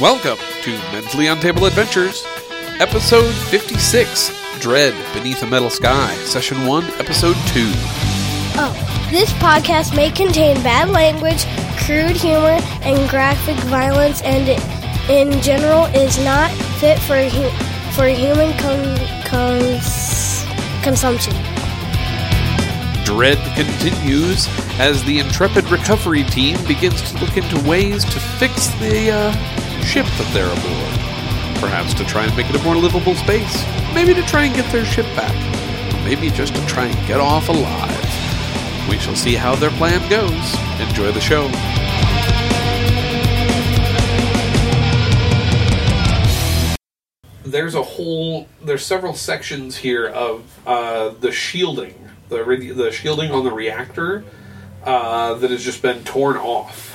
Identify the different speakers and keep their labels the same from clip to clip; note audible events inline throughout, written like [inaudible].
Speaker 1: Welcome to Mentally Untable Adventures, Episode 56 Dread Beneath a Metal Sky, Session 1, Episode 2.
Speaker 2: Oh, this podcast may contain bad language, crude humor, and graphic violence, and it, in general is not fit for hu- for human con- cons- consumption.
Speaker 1: Dread continues as the intrepid recovery team begins to look into ways to fix the uh, ship that they're aboard. Perhaps to try and make it a more livable space. Maybe to try and get their ship back. Or maybe just to try and get off alive. We shall see how their plan goes. Enjoy the show. there's a whole there's several sections here of uh, the shielding the re- the shielding on the reactor uh, that has just been torn off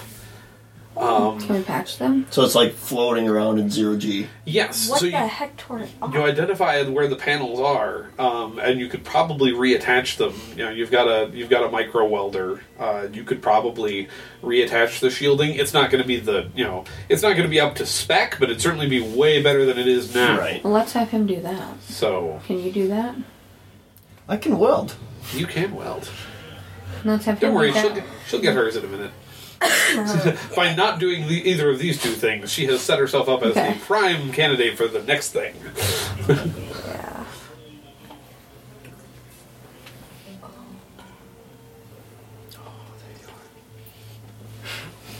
Speaker 3: Can we patch them?
Speaker 4: So it's like floating around in zero G.
Speaker 1: yes
Speaker 3: What
Speaker 1: so
Speaker 3: the
Speaker 1: you,
Speaker 3: heck Oh tore it off?
Speaker 1: you identify where the panels are um, and you could probably reattach them you know you've got a you've got a micro welder uh, you could probably reattach the shielding it's not going to be the you know it's not going to be up to spec but it'd certainly be way better than it is now
Speaker 3: Well, let's have him do that.
Speaker 1: so
Speaker 3: Can you do that?
Speaker 4: I can weld.
Speaker 1: you can weld
Speaker 3: Let's have
Speaker 1: Don't
Speaker 3: him
Speaker 1: worry,
Speaker 3: do
Speaker 1: she'll
Speaker 3: that.
Speaker 1: get, she'll get hers in a
Speaker 3: [laughs]
Speaker 1: minute. [laughs] By not doing the, either of these two things, she has set herself up as
Speaker 3: Okay.
Speaker 1: the prime candidate for the next thing. [laughs]
Speaker 3: Yeah.
Speaker 1: Oh,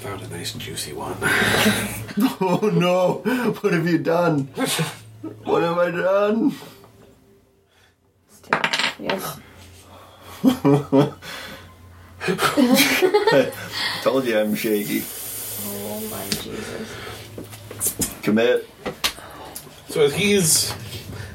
Speaker 1: Found a nice juicy one.
Speaker 4: [laughs] Oh no! What have you done? What have I done?
Speaker 3: Still, yes.
Speaker 4: Told you I'm shaky.
Speaker 3: Oh my Jesus.
Speaker 4: Commit.
Speaker 1: So as he's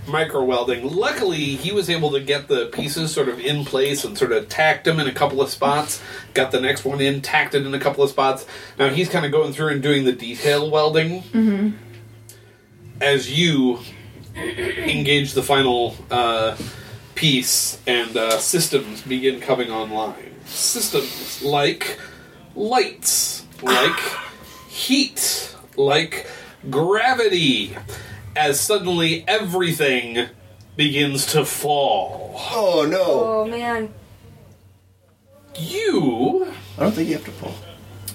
Speaker 1: micro welding, luckily he was able to get the pieces sort of in place and sort of tacked them in a couple of spots. Got the next one in, tacked it in a couple of spots. Now he's kind of going through and doing the detail welding as you engage the final uh, piece and uh, systems begin coming online. Systems like lights, like heat, like gravity, as suddenly everything begins to fall.
Speaker 4: Oh no!
Speaker 3: Oh man.
Speaker 1: You.
Speaker 4: I don't think you have to pull.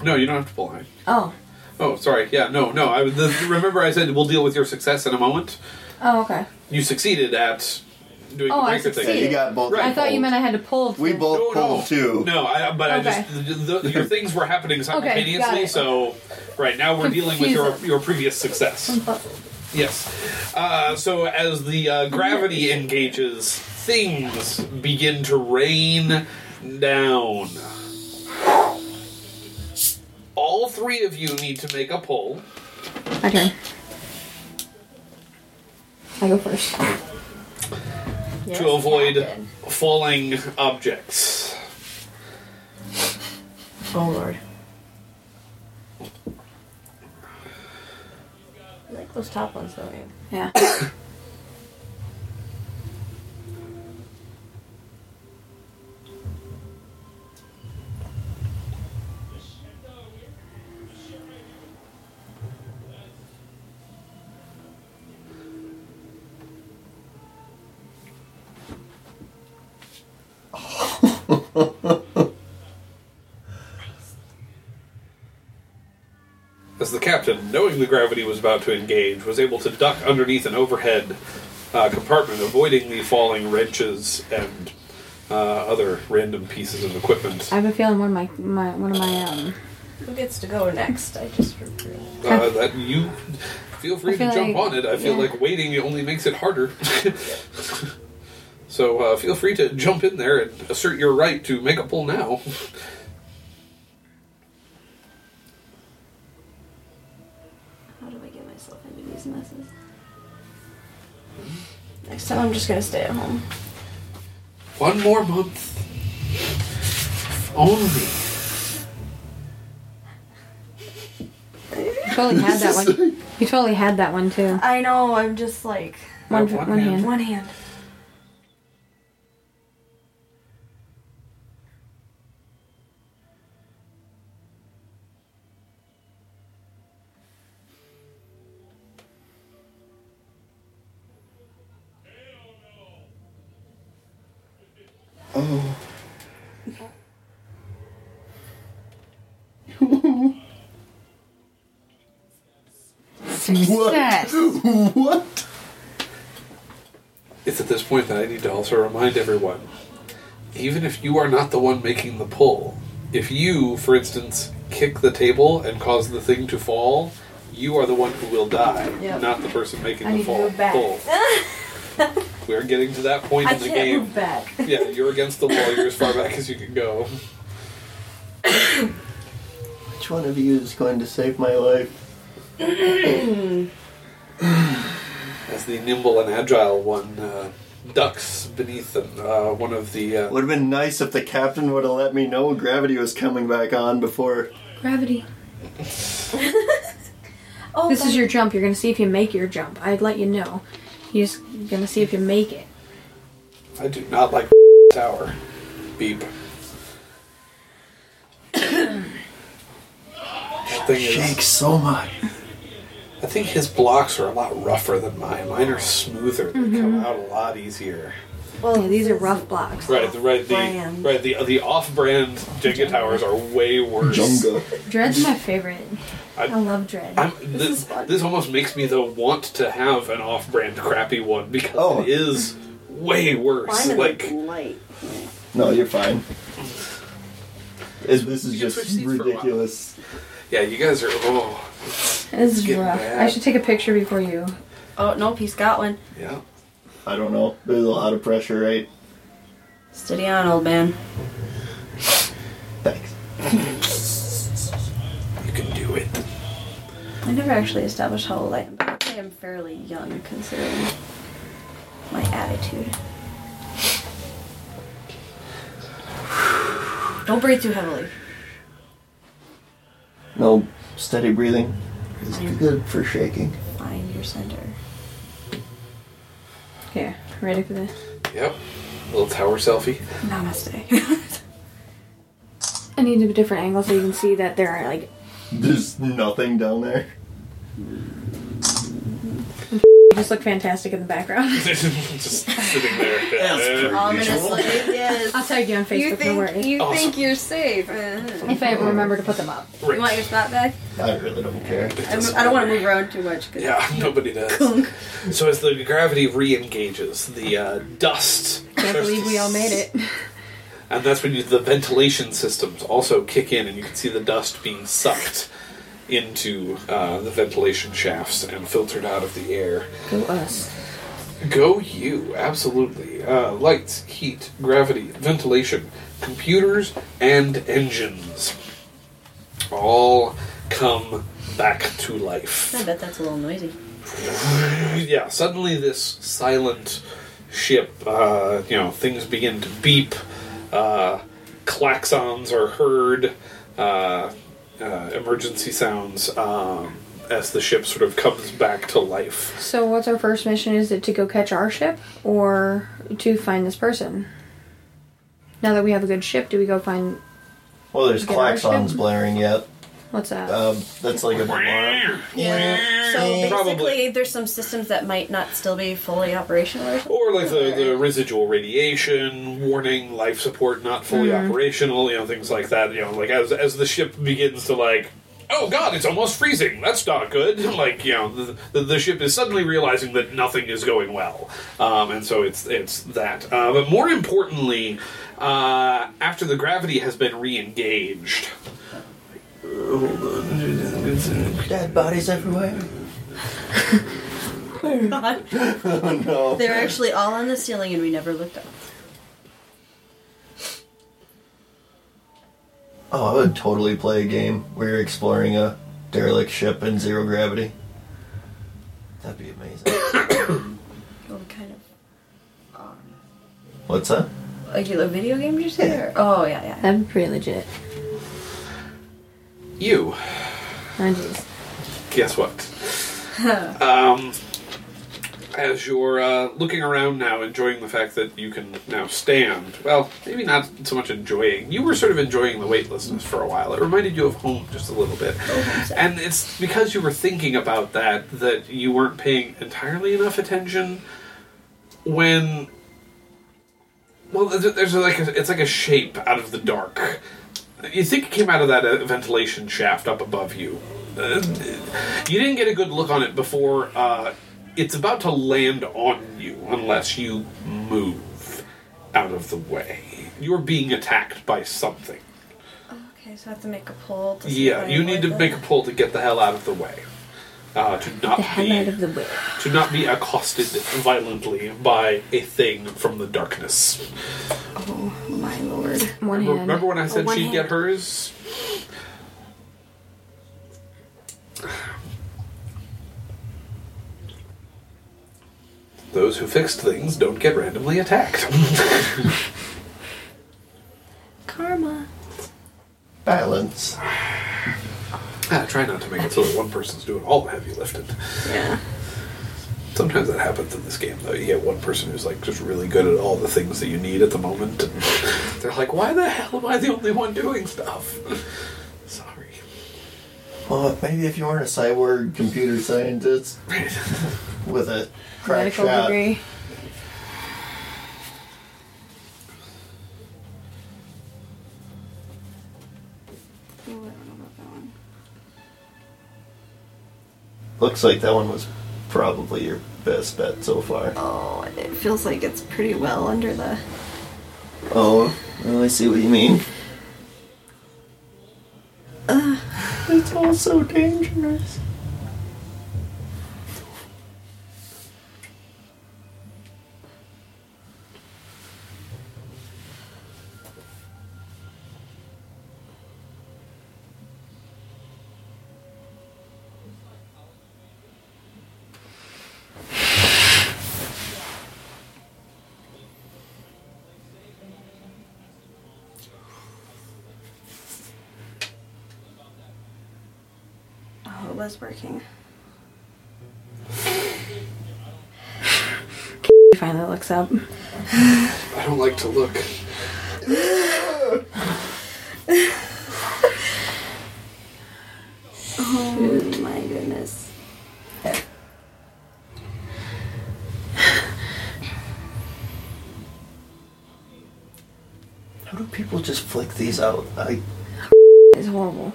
Speaker 1: No, you don't have to pull on.
Speaker 3: Oh.
Speaker 1: Oh, sorry. Yeah, no, no. I, the, remember, I said we'll deal with your success in a moment.
Speaker 3: Oh okay.
Speaker 1: You succeeded at doing
Speaker 3: Oh,
Speaker 1: the
Speaker 3: I
Speaker 1: breaker
Speaker 4: Yeah,
Speaker 3: succeeded.
Speaker 1: thing.
Speaker 4: you got both.
Speaker 1: Right.
Speaker 3: I thought you
Speaker 4: pulled.
Speaker 3: meant I had to pull. [laughs]
Speaker 4: We
Speaker 3: to-
Speaker 4: both pulled too.
Speaker 1: No, I, but I
Speaker 3: Okay.
Speaker 1: just the, the, your things were
Speaker 3: [laughs]
Speaker 1: happening simultaneously.
Speaker 3: it.
Speaker 1: So right now we're dealing with your
Speaker 3: Confusing.
Speaker 1: your previous success. Yes. Uh, so as the uh, gravity engages, things begin to rain down. All three of you need to make a pull.
Speaker 3: My turn. I go first.
Speaker 1: to avoid falling objects.
Speaker 3: Oh lord.
Speaker 5: like those top ones though. Yeah.
Speaker 3: Yeah.
Speaker 1: As the captain, knowing the gravity was about to engage, was able to duck underneath an overhead uh, compartment, avoiding the falling wrenches and uh, other random pieces of equipment.
Speaker 3: I have a feeling one of my my one of my um.
Speaker 5: Who gets to go next? I just realized.
Speaker 1: Uh, that you feel free
Speaker 3: I feel
Speaker 1: to jump
Speaker 3: like-
Speaker 1: on it. I feel
Speaker 3: yeah.
Speaker 1: like waiting only makes it harder. [laughs] so uh, feel free to jump in there and assert your right to make a pull now.
Speaker 5: How do I get myself into these messes? Next time, I'm just gonna stay at home.
Speaker 1: One more month. If Only.
Speaker 3: You totally had that
Speaker 1: [laughs]
Speaker 3: one. You totally had that one too.
Speaker 5: I know. I'm just like
Speaker 3: One
Speaker 1: Uh, one
Speaker 3: one
Speaker 1: hand.
Speaker 3: hand.
Speaker 5: one hand.
Speaker 4: Oh.
Speaker 3: Success.
Speaker 4: What? [laughs] What?
Speaker 1: It's at this point that I need to also remind everyone even if you are not the one making the pull, if you, for instance, kick the table and cause the thing to fall, you are the one who will die,
Speaker 5: Yep.
Speaker 1: not the person making
Speaker 3: I
Speaker 1: the
Speaker 3: need to
Speaker 1: fall,
Speaker 3: move back.
Speaker 1: pull. we are getting to that point
Speaker 5: I
Speaker 1: in the
Speaker 5: can't
Speaker 1: game.
Speaker 5: move back.
Speaker 1: Yeah, you're against the wall, you're as far back as you can go.
Speaker 4: Which one of you is going to save my life?
Speaker 1: As the nimble and agile one uh, ducks beneath uh, one of the. Uh,
Speaker 4: Would have been nice if the captain would have let me know gravity was coming back on before.
Speaker 3: [laughs] Gravity.
Speaker 5: Oh,
Speaker 3: This
Speaker 5: that-
Speaker 3: is your jump. You're gonna see if you make your jump. I'd let you know. You're just gonna see if you make it.
Speaker 1: I do not like [laughs] tower. Beep. That thing is-
Speaker 4: Shakes so much.
Speaker 1: I think his blocks are a lot rougher than mine. Mine are smoother. They come out a lot easier.
Speaker 5: well,
Speaker 3: Yeah, these are
Speaker 5: this
Speaker 3: rough blocks.
Speaker 1: Right, the, right, the
Speaker 5: Brand.
Speaker 1: right the the off-brand Jenga towers are way worse.
Speaker 3: Dread's my favorite.
Speaker 1: I-
Speaker 3: I, love Dread.
Speaker 1: I'm, this, this almost makes me though want to have an off-brand crappy one because
Speaker 4: Oh.
Speaker 1: it is way worse.
Speaker 5: Mine are
Speaker 1: like
Speaker 5: light.
Speaker 4: No, you're fine. This this is
Speaker 1: You can switch
Speaker 4: just
Speaker 1: seats for a while.
Speaker 4: ridiculous.
Speaker 1: yeah, you guys are oh
Speaker 3: This is
Speaker 1: getting
Speaker 3: rough.
Speaker 1: bad.
Speaker 3: I should take a picture before you.
Speaker 5: Oh nope, he's got one.
Speaker 1: yeah.
Speaker 4: I don't know. There's a lot of pressure, right?
Speaker 5: Steady on, old man.
Speaker 4: Thanks.
Speaker 1: You can do it.
Speaker 5: I never actually established how old I am, but I'd say I'm fairly young considering my attitude. Don't breathe too heavily.
Speaker 4: No, steady breathing is good for shaking.
Speaker 5: Find your center.
Speaker 3: Here, ready for this?
Speaker 1: Yep. Little tower selfie.
Speaker 5: Namaste.
Speaker 3: [laughs] I need a different angle so you can see that there are like
Speaker 4: There's nothing down there.
Speaker 3: you just look fantastic in the background.
Speaker 1: [laughs]
Speaker 3: [laughs]
Speaker 1: Just sitting [laughs] there. Uh,
Speaker 5: Ominously,
Speaker 3: I'll
Speaker 5: yes.
Speaker 3: tag you on Facebook.
Speaker 5: You
Speaker 3: don't
Speaker 5: think
Speaker 3: worry.
Speaker 5: you
Speaker 1: Awesome.
Speaker 5: think you're safe? Uh-huh.
Speaker 3: If I ever remember to put them up.
Speaker 1: Right.
Speaker 5: You want your spot back?
Speaker 4: I really don't care.
Speaker 5: I'm, I don't want to move around too much. 'cause- [laughs]
Speaker 1: Yeah, [laughs] nobody does. so as the gravity re-engages, the uh, dust,
Speaker 3: Can't believe we all made it.
Speaker 1: and that's when you, the ventilation systems also kick in, and you can see the dust being sucked into uh, the ventilation shafts and filtered out of the air.
Speaker 3: Go us.
Speaker 1: Go you, absolutely. Uh, lights, heat, gravity, ventilation, computers, and engines all come back to life.
Speaker 5: I bet that's a little noisy.
Speaker 1: [laughs] yeah, suddenly this silent ship, uh, you know, things begin to beep, uh, claxons are heard, uh, uh, emergency sounds um, as the ship sort of comes back to life.
Speaker 3: So what's our first mission? Is it to go catch our ship or to find this person? Now that we have a good ship, do we go find
Speaker 4: Well, there's
Speaker 3: Get our
Speaker 4: claxons
Speaker 3: ship.
Speaker 4: blaring yet.
Speaker 3: what's that?
Speaker 4: Um, that's like a alarm.
Speaker 5: Yeah. So basically,
Speaker 1: Mm, Probably.
Speaker 5: there's some systems that might not still be fully operational
Speaker 1: [laughs]
Speaker 5: or something.
Speaker 1: Or like the, the residual radiation warning, life support not fully operational, you know, things like that. You know, like as as the ship begins to like, oh god, it's almost freezing. That's not good. [laughs] Like you know, the, the, the ship is suddenly realizing that nothing is going well, um, and so it's it's that. Uh, but more importantly, uh, after the gravity has been re-engaged,
Speaker 4: Dead bodies everywhere.
Speaker 5: God.
Speaker 4: Oh no.
Speaker 5: They're actually all on the ceiling and we never looked up.
Speaker 4: Oh, I would totally play a game where you're exploring a derelict ship in zero gravity. That'd be amazing. [coughs]
Speaker 5: Well, Oh, kind of.
Speaker 4: What's that?
Speaker 5: Like a video game, did you say? Or? Oh, yeah, yeah.
Speaker 3: That'd be pretty legit.
Speaker 1: you
Speaker 3: Oh, jeez.
Speaker 1: guess what? um, as you're uh, looking around now, enjoying the fact that you can now stand, well, maybe not so much enjoying. You were sort of enjoying the weightlessness for a while. It reminded you of home just a little bit. And it's because you were thinking about that that you weren't paying entirely enough attention when. Well, there's there's like a, it's like a shape out of the dark. You think it came out of that uh, ventilation shaft up above you. Uh, you didn't get a good look on it before uh, it's about to land on you, unless you move out of the way. You're being attacked by something.
Speaker 5: Okay, so I have to make a pull. To see
Speaker 1: Yeah,
Speaker 5: if I
Speaker 1: you need
Speaker 5: avoid
Speaker 1: to
Speaker 5: that.
Speaker 1: make a pull to get the hell out of the way. Uh, to not
Speaker 3: The hell out
Speaker 1: be
Speaker 3: of the way.
Speaker 1: to not be accosted violently by a thing from the darkness.
Speaker 5: Oh my lord.
Speaker 3: One
Speaker 1: Remember,
Speaker 3: hand.
Speaker 1: remember when I said
Speaker 5: one
Speaker 1: she'd
Speaker 5: hand.
Speaker 1: get hers? Those who fixed things don't get randomly attacked. [laughs]
Speaker 5: Karma.
Speaker 4: Balance.
Speaker 1: Ah, try not to make it so that one person's doing all the heavy lifting.
Speaker 5: Yeah.
Speaker 1: Sometimes that happens in this game, though. You get one person who's like just really good at all the things that you need at the moment, and [laughs] they're like, "Why the hell am I the only one doing stuff?" [laughs] Sorry. [laughs]
Speaker 4: Well, maybe if you weren't a cyborg computer scientist with a crack
Speaker 3: Medical
Speaker 4: shot.
Speaker 3: degree.
Speaker 5: Ooh, I don't know about that one.
Speaker 4: Looks like that one was probably your best bet so far.
Speaker 5: Oh, it feels like it's pretty well under the.
Speaker 4: Oh, well, I see what you mean.
Speaker 3: Uh.
Speaker 4: it's all so dangerous.
Speaker 5: Oh, it was working.
Speaker 3: He finally looks up.
Speaker 1: I don't like to look.
Speaker 5: Oh my goodness.
Speaker 4: How do people just flick these out? I
Speaker 3: It's horrible.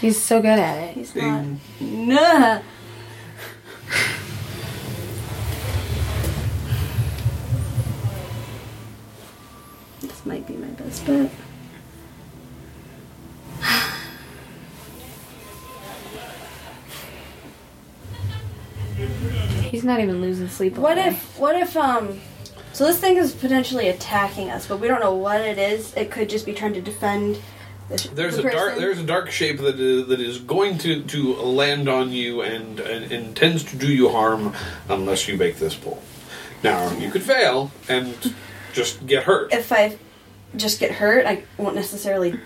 Speaker 3: He's so good at it.
Speaker 5: He's not. Nah. This might be my best bet.
Speaker 3: He's not even losing sleep.
Speaker 5: What
Speaker 3: over
Speaker 5: if what if um so this thing is potentially attacking us, but we don't know what it is. It could just be trying to defend the sh-
Speaker 1: There's
Speaker 5: the
Speaker 1: a dark.
Speaker 5: person.
Speaker 1: There's a dark shape that is, that is going to, to land on you and, and intends to do you harm unless you make this pull. Now you could fail and just get hurt.
Speaker 5: if I just get hurt, I won't necessarily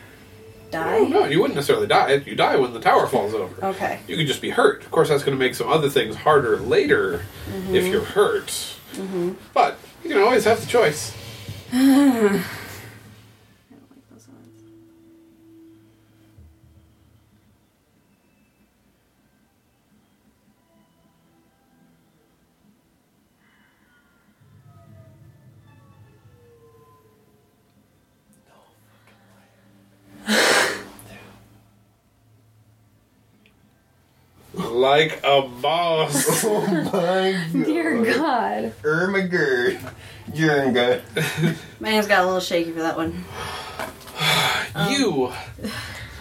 Speaker 5: die.
Speaker 1: Oh, no, you wouldn't necessarily die. You die when the tower falls over.
Speaker 5: Okay.
Speaker 1: You could just be hurt. Of course, that's going to make some other things harder later
Speaker 5: Mm-hmm.
Speaker 1: if you're hurt. But you can always have the choice.
Speaker 5: I don't like those ones.
Speaker 1: Like a boss.
Speaker 4: my
Speaker 3: it. [laughs] Dear God.
Speaker 4: Ermagerd. Jernga.
Speaker 5: My hands got a little shaky for that one.
Speaker 1: you,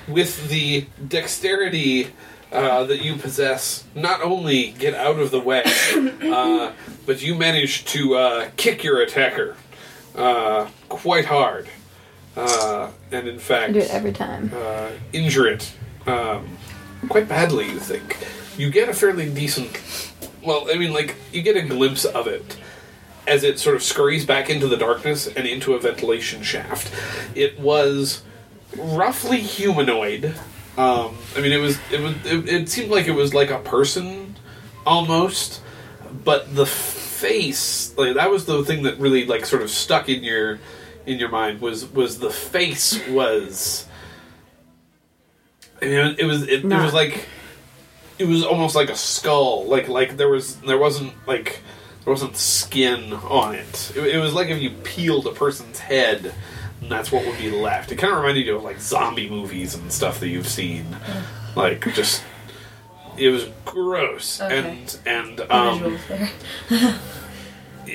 Speaker 1: with the dexterity uh, that you possess, not only get out of the way, uh, but you manage to uh, kick your attacker uh, quite hard. Uh, and in
Speaker 3: I
Speaker 1: fact,
Speaker 3: do it every time.
Speaker 1: uh, injure it um, quite badly, you think. You get a fairly decent. Well, I mean, like, you get a glimpse of it as it sort of scurries back into the darkness and into a ventilation shaft. It was roughly humanoid. Um, I mean, it was. It was. It, it seemed like it was like a person almost, but the face like that was the thing that really like sort of stuck in your in your mind was was the face was. I mean, it was it, it
Speaker 3: Not-
Speaker 1: was like it was almost like a skull like like there was there wasn't like there wasn't skin on it. it. It was like if you peeled a person's head, and that's what would be left. It kind of reminded you of like zombie movies and stuff that you've seen, like just it was gross
Speaker 6: Okay.
Speaker 1: and and um,
Speaker 6: Visuals there.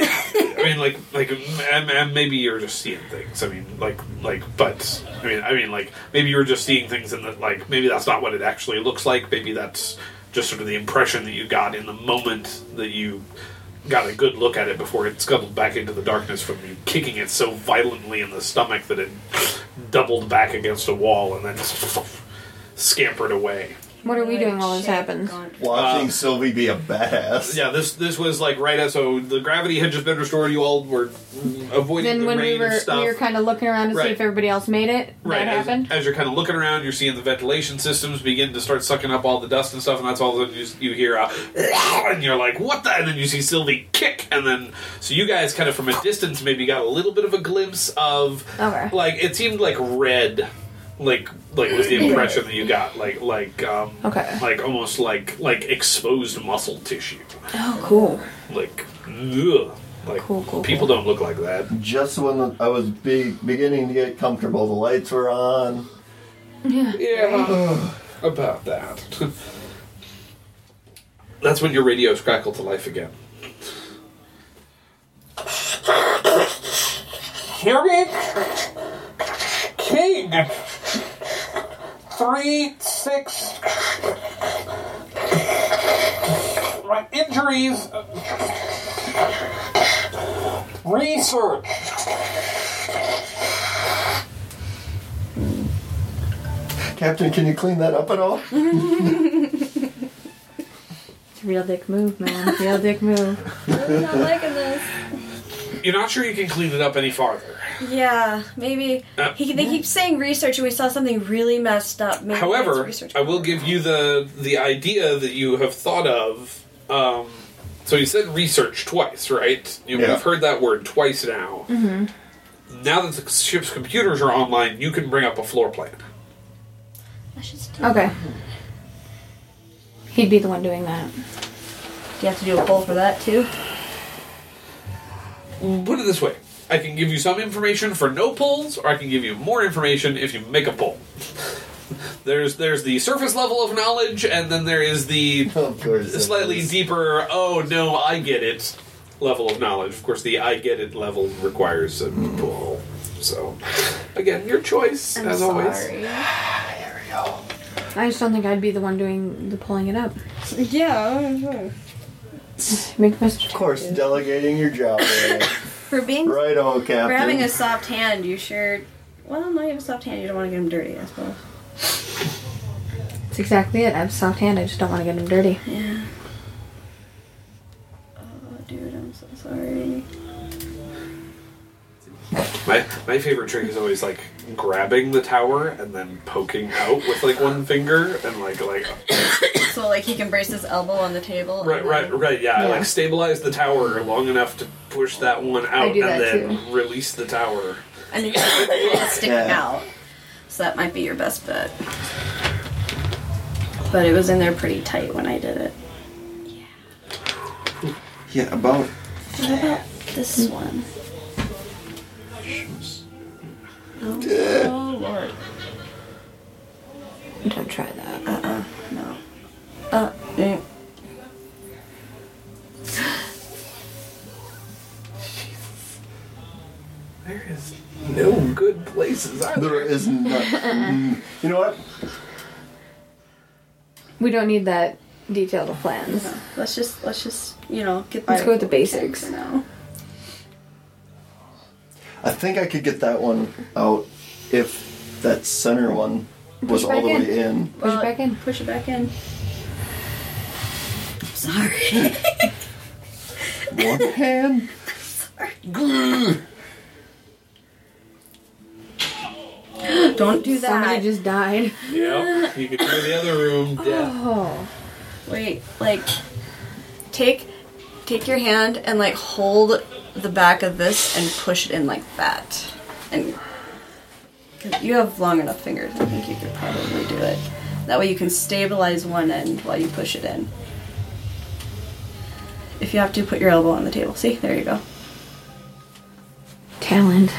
Speaker 1: I mean like like and, and maybe you're just seeing things. I mean like like but I mean I mean like maybe you're just seeing things and that like maybe that's not what it actually looks like. Maybe that's just sort of the impression that you got in the moment that you got a good look at it before it scuttled back into the darkness from you kicking it so violently in the stomach that it doubled back against a wall and then [laughs] scampered away.
Speaker 3: What are we doing while this
Speaker 6: Shit,
Speaker 3: happens?
Speaker 6: gone.
Speaker 4: Watching Sylvie be a badass.
Speaker 1: Yeah, this this was like right as so the gravity had just been restored. You all were avoiding
Speaker 3: Then
Speaker 1: the
Speaker 3: when
Speaker 1: rain
Speaker 3: we were
Speaker 1: and stuff.
Speaker 3: we were kind of looking around to
Speaker 1: Right.
Speaker 3: see if everybody else made it.
Speaker 1: right
Speaker 3: That
Speaker 1: as,
Speaker 3: happened.
Speaker 1: as you're kind of looking around, you're seeing the ventilation systems begin to start sucking up all the dust and stuff, and that's all that you, you hear. Uh, and you're like, "What the?" And then you see Sylvie kick, and then so you guys kind of from a distance maybe got a little bit of a glimpse of
Speaker 3: Okay.
Speaker 1: like it seemed like red, like like was the impression that you got like like um
Speaker 3: Okay.
Speaker 1: like almost like like exposed muscle tissue
Speaker 3: oh, cool.
Speaker 1: like ugh. like
Speaker 3: Cool, cool,
Speaker 1: people don't look like that
Speaker 4: Just when I was be- beginning to get comfortable, the lights were on.
Speaker 1: yeah about that that's when your radios crackle to life again
Speaker 7: human king three six my injuries research
Speaker 4: Captain, can you clean that up at all?
Speaker 3: It's a real dick move, [laughs] man. Real dick move.
Speaker 5: I'm not liking this.
Speaker 1: you're not sure you can clean it up any farther
Speaker 5: Yeah, maybe
Speaker 1: Uh,
Speaker 5: he, they keep saying research, and we saw something really messed up. Maybe it's
Speaker 1: However,
Speaker 5: research.
Speaker 1: I will give you the the idea that you have thought of. Um, so you said research twice, right? You,
Speaker 4: Yeah.
Speaker 1: We've heard that word twice now. Now that the ship's computers are online, you can bring up a floor plan.
Speaker 5: I should still-
Speaker 3: Okay. He'd be the one doing that.
Speaker 5: Do you have to do a poll for that too?
Speaker 1: Put it this way: I can give you some information for no polls, or I can give you more information if you make a poll. [laughs] there's there's the surface level of knowledge, and then there is the
Speaker 4: of course. it
Speaker 1: slightly
Speaker 4: is.
Speaker 1: deeper oh no i get it level of knowledge of course the i get it level requires a pull so again your choice
Speaker 6: I'm
Speaker 1: as always
Speaker 6: sorry.
Speaker 4: There we go.
Speaker 3: I just don't think I'd be the one doing the pulling it up.
Speaker 5: Yeah.
Speaker 3: Make Mr.
Speaker 4: Of course, delegating your job. away.
Speaker 5: For being
Speaker 4: right on, Captain.
Speaker 5: grabbing a soft hand, you sure. Well, not even soft hand. You don't want to get him dirty, I suppose.
Speaker 3: That's exactly it. I have a soft hand. I just don't want to get him dirty.
Speaker 5: Yeah. Oh, dude, I'm so sorry.
Speaker 1: my, my favorite trick is always like grabbing the tower and then poking out with like one finger and like like
Speaker 5: So like he can brace his elbow on the table. and
Speaker 1: right right
Speaker 5: then-
Speaker 1: right yeah, I
Speaker 3: Yeah.
Speaker 1: like stabilize the tower long enough to push that one out
Speaker 3: do
Speaker 1: and
Speaker 3: that
Speaker 1: then release the tower
Speaker 5: And it's it's sticking
Speaker 4: Yeah.
Speaker 5: out. So that might be your best bet. But it was in there pretty tight when I did it.
Speaker 4: yeah, about. Hmm.
Speaker 5: What about this one? Oh, oh lord.
Speaker 3: Don't try that.
Speaker 5: Uh-uh. No. Uh. mm.
Speaker 3: eh.
Speaker 1: there is no good places either.
Speaker 4: [laughs] There is not. Mm, you know what?
Speaker 3: We don't need that detailed of plans.
Speaker 5: Let's just let's just you know get.
Speaker 3: Let's
Speaker 5: by
Speaker 3: go with the
Speaker 5: what we can
Speaker 3: basics.
Speaker 5: for now.
Speaker 4: I think I could get that one out if that center one was
Speaker 3: Push
Speaker 4: all the
Speaker 3: back
Speaker 4: way in.
Speaker 3: Push it back in.
Speaker 5: Push it back
Speaker 3: [laughs]
Speaker 5: in. Sorry.
Speaker 4: One hand.
Speaker 5: [laughs] Don't do
Speaker 3: Somebody
Speaker 5: that.
Speaker 3: just died.
Speaker 1: yeah you could go to the other room death
Speaker 3: Oh.
Speaker 5: Wait, like take take your hand and like hold the back of this and push it in like that. And 'cause you have long enough fingers, I think you could probably do it. That way you can stabilize one end while you push it in. If you have to, put your elbow on the table. See, there you go.
Speaker 3: Talent.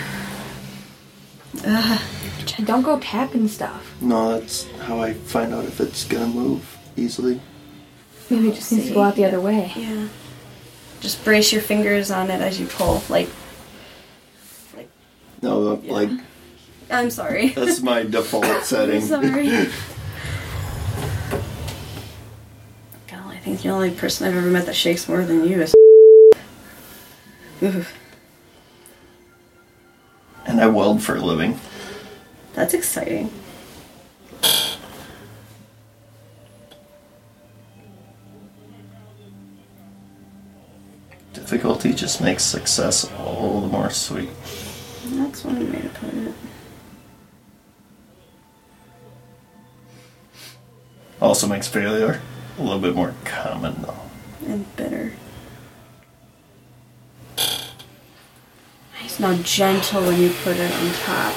Speaker 5: Uh,
Speaker 3: Don't go tapping stuff.
Speaker 4: No, that's how I find out if it's gonna move easily.
Speaker 3: Maybe it just needs to go out the other way.
Speaker 5: yeah. Just brace your fingers on it as you pull. Like, like
Speaker 4: No, uh, like
Speaker 5: I'm sorry.
Speaker 4: that's my default
Speaker 5: I'm
Speaker 4: setting.
Speaker 5: sorry. God, I think the only person I've ever met that shakes more than you is. [laughs] Oof,
Speaker 4: And I weld for a living.
Speaker 5: that's exciting.
Speaker 4: Difficulty just makes success all the more sweet.
Speaker 5: That's one way to put it.
Speaker 4: Also makes failure a little bit more common though.
Speaker 5: And bitter. It's not gentle when you put it on top.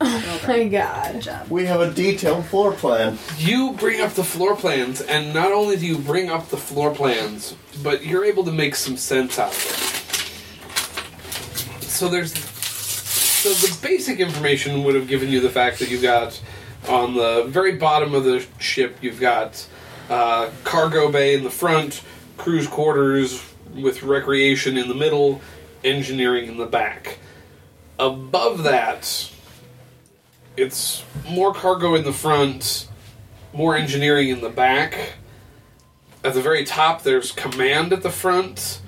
Speaker 3: Oh My God.
Speaker 4: We have a detailed floor plan.
Speaker 1: You bring up the floor plans, and not only do you bring up the floor plans, but you're able to make some sense out of it. So there's so the basic information would have given you the fact that you got on the very bottom of the ship you've got uh, cargo bay in the front, crew's quarters with recreation in the middle, engineering in the back. Above that, it's more cargo in the front more engineering in the back. At the very top, there's command at the front,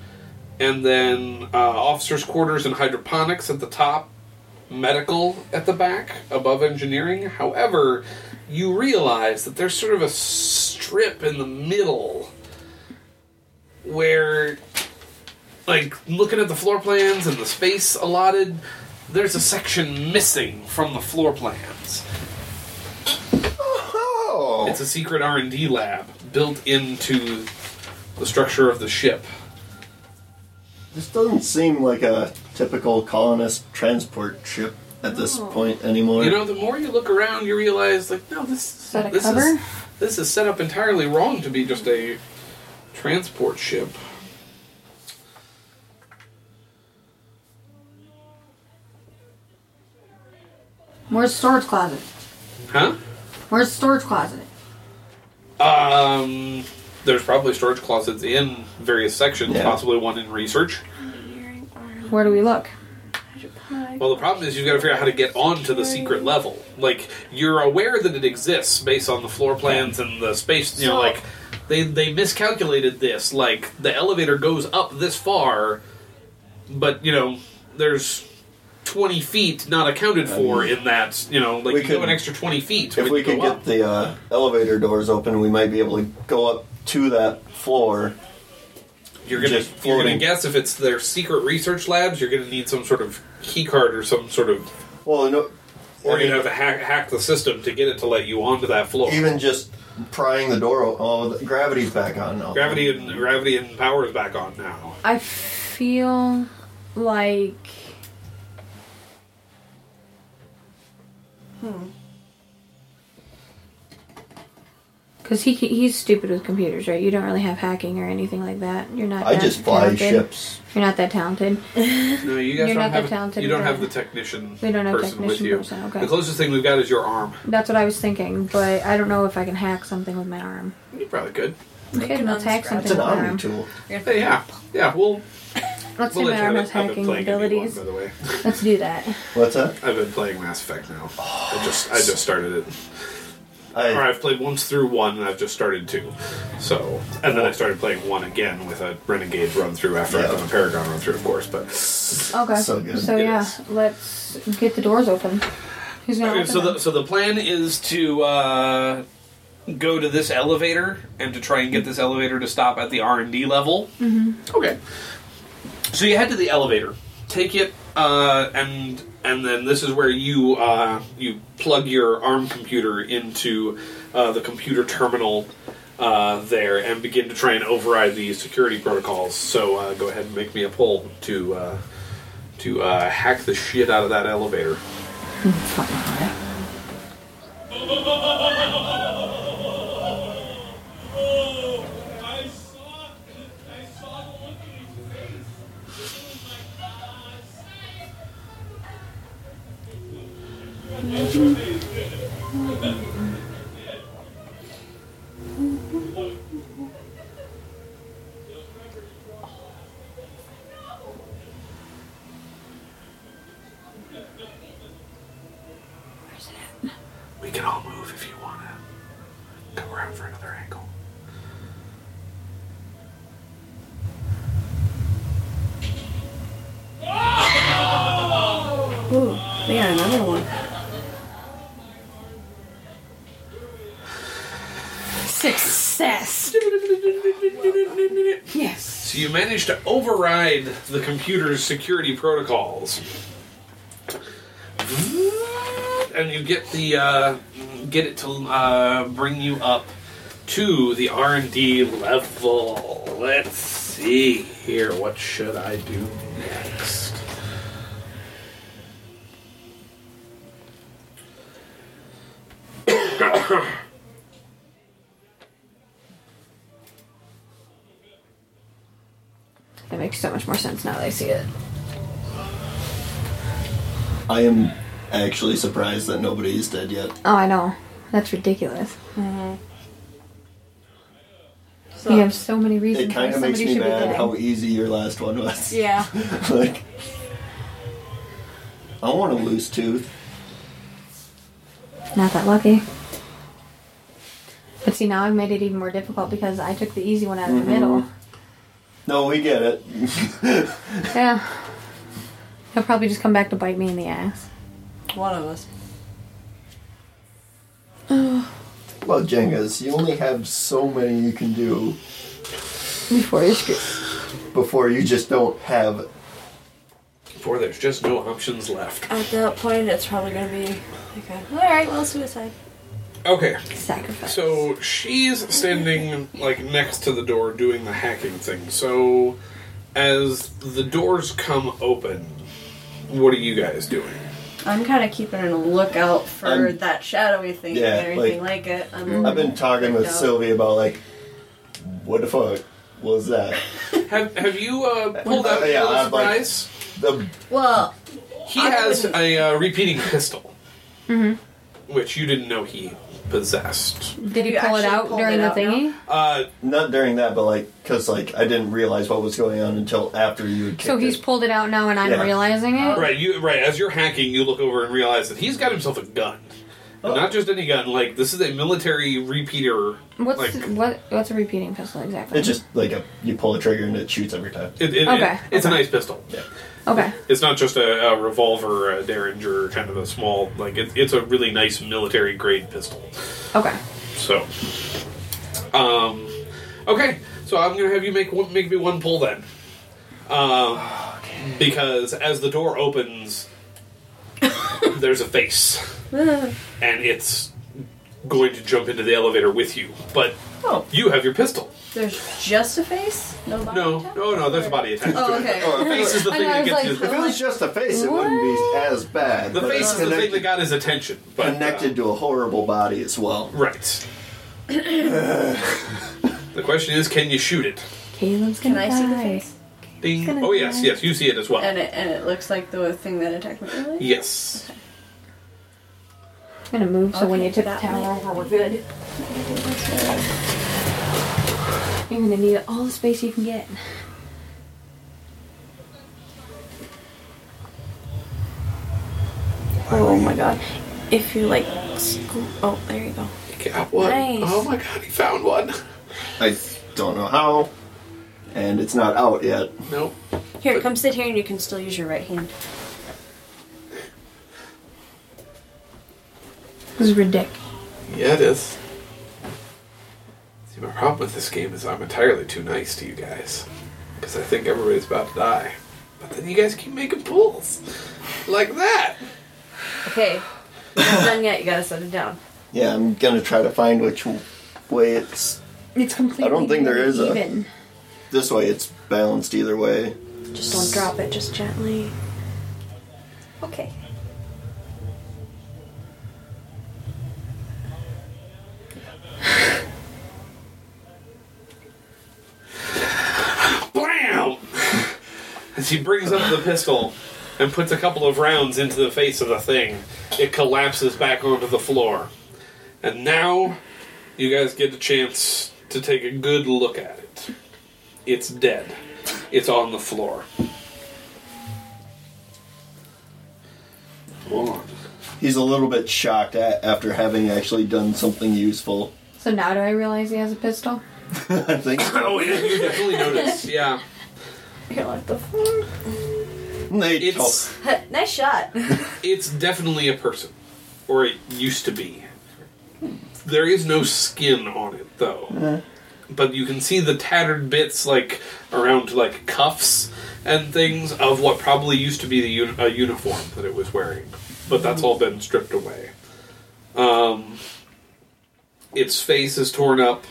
Speaker 1: and then uh, officers' quarters and hydroponics at the top, medical at the back, above engineering. However, you realize that there's sort of a strip in the middle where, like, looking at the floor plans and the space allotted, there's a section missing from the floor plans.
Speaker 4: Oh,
Speaker 1: It's a secret R and D lab built into the structure of the ship.
Speaker 4: this doesn't seem like a typical colonist transport ship at this point anymore.
Speaker 1: You know, the more you look around, you realize like, no, this is
Speaker 3: that a
Speaker 1: this
Speaker 3: cover?
Speaker 1: is this is set up entirely wrong to be just a transport ship.
Speaker 3: Where's storage closet?
Speaker 1: Huh?
Speaker 3: Where's storage closet?
Speaker 1: Um, there's probably storage closets in various sections,
Speaker 4: Yeah.
Speaker 1: possibly one in research.
Speaker 3: Where do we look?
Speaker 1: Well, the problem is you've got to figure out how to get onto the secret level. Like you're aware that it exists based on the floor plans and the space. You know, like they they miscalculated this. Like the elevator goes up this far, but you know there's. 20 feet not accounted for in that, you know, like
Speaker 4: Um, we
Speaker 1: you go
Speaker 4: could-
Speaker 1: an extra 20 feet.
Speaker 4: if
Speaker 1: when
Speaker 4: we
Speaker 1: you go
Speaker 4: could get
Speaker 1: up.
Speaker 4: the uh, elevator doors open, we might be able to go up to that floor.
Speaker 1: you're gonna
Speaker 4: just
Speaker 1: you're gonna
Speaker 4: floating-
Speaker 1: guess if it's their secret research labs, you're gonna need some sort of key card or some sort of,
Speaker 4: Well, no,
Speaker 1: or
Speaker 4: I mean,
Speaker 1: you'd have to hack, hack the system to get it to let you onto that floor.
Speaker 4: even just prying the door. o- Oh, the gravity's back on now.
Speaker 1: Gravity and gravity and power is back on now.
Speaker 3: I feel like. hmm. Because he, he's stupid with computers, right? You don't really have hacking or anything like that. You're not.
Speaker 4: I
Speaker 3: that
Speaker 4: just fly
Speaker 3: talented.
Speaker 4: ships.
Speaker 3: You're not that talented.
Speaker 1: No, you
Speaker 3: You're
Speaker 1: guys
Speaker 3: not
Speaker 1: don't
Speaker 3: that
Speaker 1: have
Speaker 3: talented
Speaker 1: you don't
Speaker 3: at
Speaker 1: have
Speaker 3: all.
Speaker 1: the technician.
Speaker 3: We don't have
Speaker 1: person with
Speaker 3: technician
Speaker 1: you.
Speaker 3: person, okay.
Speaker 1: The closest thing we've got is your arm.
Speaker 3: That's what I was thinking, but I don't know if I can hack something with my arm.
Speaker 1: You probably could.
Speaker 3: Okay,
Speaker 5: can
Speaker 3: let's hack
Speaker 5: unscratch
Speaker 3: something
Speaker 4: It's
Speaker 3: with
Speaker 4: an
Speaker 3: my
Speaker 4: omni
Speaker 3: arm.
Speaker 4: tool.
Speaker 1: Hey, yeah, yeah. We'll.
Speaker 3: Let's see
Speaker 1: we'll
Speaker 3: my
Speaker 1: let
Speaker 3: arm
Speaker 1: you
Speaker 3: has
Speaker 1: I've been
Speaker 3: hacking
Speaker 1: playing Indie One,
Speaker 3: abilities.
Speaker 1: by the way.
Speaker 3: Let's do that.
Speaker 4: What's that?
Speaker 1: I've been playing Mass Effect now. I just I just started it.
Speaker 4: I,
Speaker 1: Or I've played once through one, and I've just started two. So, and then I started playing one again with a Renegade run through after I've
Speaker 4: Yeah.
Speaker 1: done a Paragon run through, of course. But
Speaker 3: Okay.
Speaker 4: So good.
Speaker 3: So
Speaker 1: It
Speaker 3: yeah,
Speaker 1: is.
Speaker 3: let's get the doors open. Who's gonna
Speaker 1: Okay,
Speaker 3: open
Speaker 1: so
Speaker 3: them?
Speaker 1: the so the plan is to uh, go to this elevator and to try and get this elevator to stop at the R and D level. Mm-hmm. Okay. So you head to the elevator, take it, uh, and and then this is where you uh, you plug your ARM computer into uh, the computer terminal. Uh, there and begin to try and override the security protocols. So uh, go ahead and make me a pull to uh, to uh, hack the shit out of that elevator.
Speaker 5: try another one.
Speaker 6: Success. Yes.
Speaker 1: So you manage to override the computer's security protocols, and you get the uh, get it to uh, bring you up to the R and D level. Let's see here. What should I do next?
Speaker 3: That makes so much more sense now that I see it.
Speaker 4: I am actually surprised that nobody is dead yet.
Speaker 3: Oh, I know. That's ridiculous.
Speaker 5: So,
Speaker 3: We have so many reasons
Speaker 4: It kind
Speaker 3: why
Speaker 4: of makes
Speaker 3: somebody
Speaker 4: me
Speaker 3: should be
Speaker 4: mad
Speaker 3: dead.
Speaker 4: how easy your last one was.
Speaker 6: Yeah.
Speaker 4: [laughs] like, I want a loose tooth.
Speaker 3: Not that lucky. But see, now I've made it even more difficult because I took the easy one out of the middle.
Speaker 4: No, we get it. [laughs]
Speaker 3: Yeah. He'll probably just come back to bite me in the ass.
Speaker 5: one of us.
Speaker 4: well, Jengas, you only have so many you can do
Speaker 3: Before you screw.
Speaker 4: before you just don't have.
Speaker 1: For there's just no options left.
Speaker 5: At that point, it's probably gonna be like, a, all right, well, suicide.
Speaker 1: Okay,
Speaker 3: Sacrifice.
Speaker 1: so she's standing like next to the door doing the hacking thing. So as the doors come open, what are you guys doing?
Speaker 5: I'm kind of keeping a lookout for
Speaker 4: I'm-
Speaker 5: that shadowy thing
Speaker 4: Yeah,
Speaker 5: and everything like, it. I'm
Speaker 4: I've been talking with
Speaker 5: Freaked out.
Speaker 4: Sylvie about like, what the fuck was that?
Speaker 1: Have Have you uh, pulled out
Speaker 4: Uh, yeah,
Speaker 1: yeah,
Speaker 4: I'd like-
Speaker 1: surprise?
Speaker 4: The
Speaker 5: well.
Speaker 1: He
Speaker 5: I
Speaker 1: has
Speaker 5: wouldn't-
Speaker 1: a uh, repeating pistol,
Speaker 3: Mm-hmm.
Speaker 1: which you didn't know he possessed.
Speaker 3: Did he
Speaker 5: You
Speaker 3: pull it
Speaker 5: actually
Speaker 3: out
Speaker 5: pulled
Speaker 3: during
Speaker 5: it
Speaker 3: the
Speaker 5: out now?
Speaker 3: thingy?
Speaker 1: Uh,
Speaker 4: not during that, but like, cause like I didn't realize what was going on until after you had kicked
Speaker 3: So he's
Speaker 4: it.
Speaker 3: pulled it out now and I'm
Speaker 4: Yeah.
Speaker 3: realizing it?
Speaker 1: right, you right as you're hacking, you look over and realize that he's got himself a gun,
Speaker 4: Oh.
Speaker 1: and not just any gun. Like this is a military repeater.
Speaker 3: What's
Speaker 1: like,
Speaker 3: what? What's a repeating pistol exactly?
Speaker 4: It's just like a you pull the trigger and it shoots every time.
Speaker 1: it, it-
Speaker 3: Okay,
Speaker 1: it- it's a nice pistol.
Speaker 4: Yeah.
Speaker 3: okay.
Speaker 1: It's not just a, a revolver, or a derringer, kind of a small. Like it, it's a really nice military grade pistol.
Speaker 3: Okay.
Speaker 1: So, um, okay. So I'm gonna have you make one, make me one pull then, um, because as the door
Speaker 3: [laughs]
Speaker 1: opens, there's a face,
Speaker 3: Ah.
Speaker 1: and it's going to jump into the elevator with you. But
Speaker 5: Oh,
Speaker 1: you have your pistol.
Speaker 5: there's just a face? No body?
Speaker 1: No,
Speaker 5: attack?
Speaker 1: no, no. There's a body attached
Speaker 5: Oh,
Speaker 1: to it.
Speaker 5: okay.
Speaker 1: The face is the
Speaker 3: I
Speaker 1: thing
Speaker 3: know,
Speaker 1: that
Speaker 3: I was
Speaker 1: gets
Speaker 3: like,
Speaker 1: his.
Speaker 4: If it was just a face, it wouldn't be as bad.
Speaker 1: The
Speaker 4: but
Speaker 1: face
Speaker 4: it's
Speaker 1: is the thing
Speaker 4: connected-
Speaker 1: that got his attention. But uh,
Speaker 4: connected to a horrible body as well.
Speaker 1: right. the question is, can you shoot it?
Speaker 3: Caleb's
Speaker 5: Can
Speaker 3: gonna
Speaker 5: I
Speaker 3: die.
Speaker 5: see the face?
Speaker 1: Ding.
Speaker 3: gonna
Speaker 1: Oh yes,
Speaker 3: die.
Speaker 1: yes. You see it as well.
Speaker 5: And it, and it looks like the thing that attacked me earlier?
Speaker 1: Yes.
Speaker 3: I'm gonna move so when
Speaker 5: Okay,
Speaker 3: you tip the
Speaker 5: that
Speaker 3: tower
Speaker 5: might-
Speaker 3: over, we're good. You're gonna need all the space you can get.
Speaker 5: Oh my god. If you like. sco- Oh, there you go.
Speaker 1: Got one.
Speaker 5: Nice.
Speaker 1: Oh my god, he found one.
Speaker 4: I don't know how, and it's not out yet.
Speaker 1: Nope.
Speaker 5: Here, come sit here and you can still use your right hand.
Speaker 3: This is ridiculous.
Speaker 1: Yeah, it is. See, my problem with this game is I'm entirely too nice to you guys. Because I think everybody's about to die. But then you guys keep making pulls. Like that.
Speaker 5: Okay. Not done yet, you gotta set it down.
Speaker 4: Yeah, I'm gonna try to find which way it's.
Speaker 3: It's completely.
Speaker 4: I don't think there is a-
Speaker 3: even.
Speaker 4: This way, it's balanced either way.
Speaker 5: Just don't drop it, just gently. Okay.
Speaker 1: Blam! As he brings up the pistol and puts a couple of rounds into the face of the thing, it collapses back onto the floor. And now you guys get a chance to take a good look at it. It's dead. It's on the floor. Hold on.
Speaker 4: He's a little bit shocked at, after having actually done something useful.
Speaker 3: So now do I realize he has a pistol?
Speaker 4: I think so.
Speaker 1: yeah, you definitely notice. Yeah.
Speaker 5: Here, like the floor.
Speaker 4: they told-
Speaker 1: It's
Speaker 5: nice shot.
Speaker 1: it's definitely a person, or it used to be. There is no skin on it though, but you can see the tattered bits like around like cuffs and things of what probably used to be the uni- a uniform that it was wearing, but that's all been stripped away. Um, its face is torn up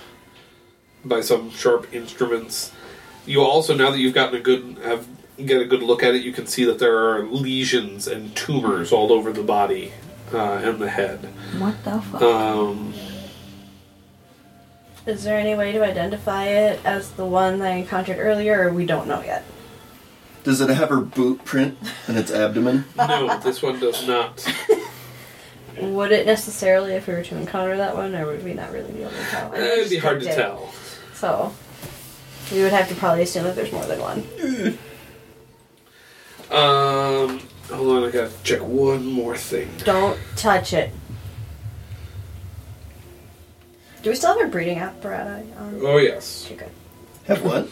Speaker 1: by some sharp instruments. You also now that you've gotten a good have get a good look at it, you can see that there are lesions and tumors all over the body uh, and the head.
Speaker 5: What the fuck?
Speaker 1: Um,
Speaker 5: Is there any way to identify it as the one that I encountered earlier, or we don't know yet?
Speaker 4: Does it have her boot print in its abdomen?
Speaker 5: [laughs]
Speaker 1: no, this one does not.
Speaker 5: Would it necessarily, if we were to encounter that one, or would we not really be able to tell? I mean, we
Speaker 1: It'd be
Speaker 5: just
Speaker 1: hard to
Speaker 5: picked it,
Speaker 1: tell.
Speaker 5: So, we would have to probably assume that there's more than one.
Speaker 1: Um, hold on, I gotta check one more thing.
Speaker 5: Don't touch it. Do we still have our breeding apparatus on?
Speaker 1: Oh yes,
Speaker 5: Okay, um, good.
Speaker 4: Have what?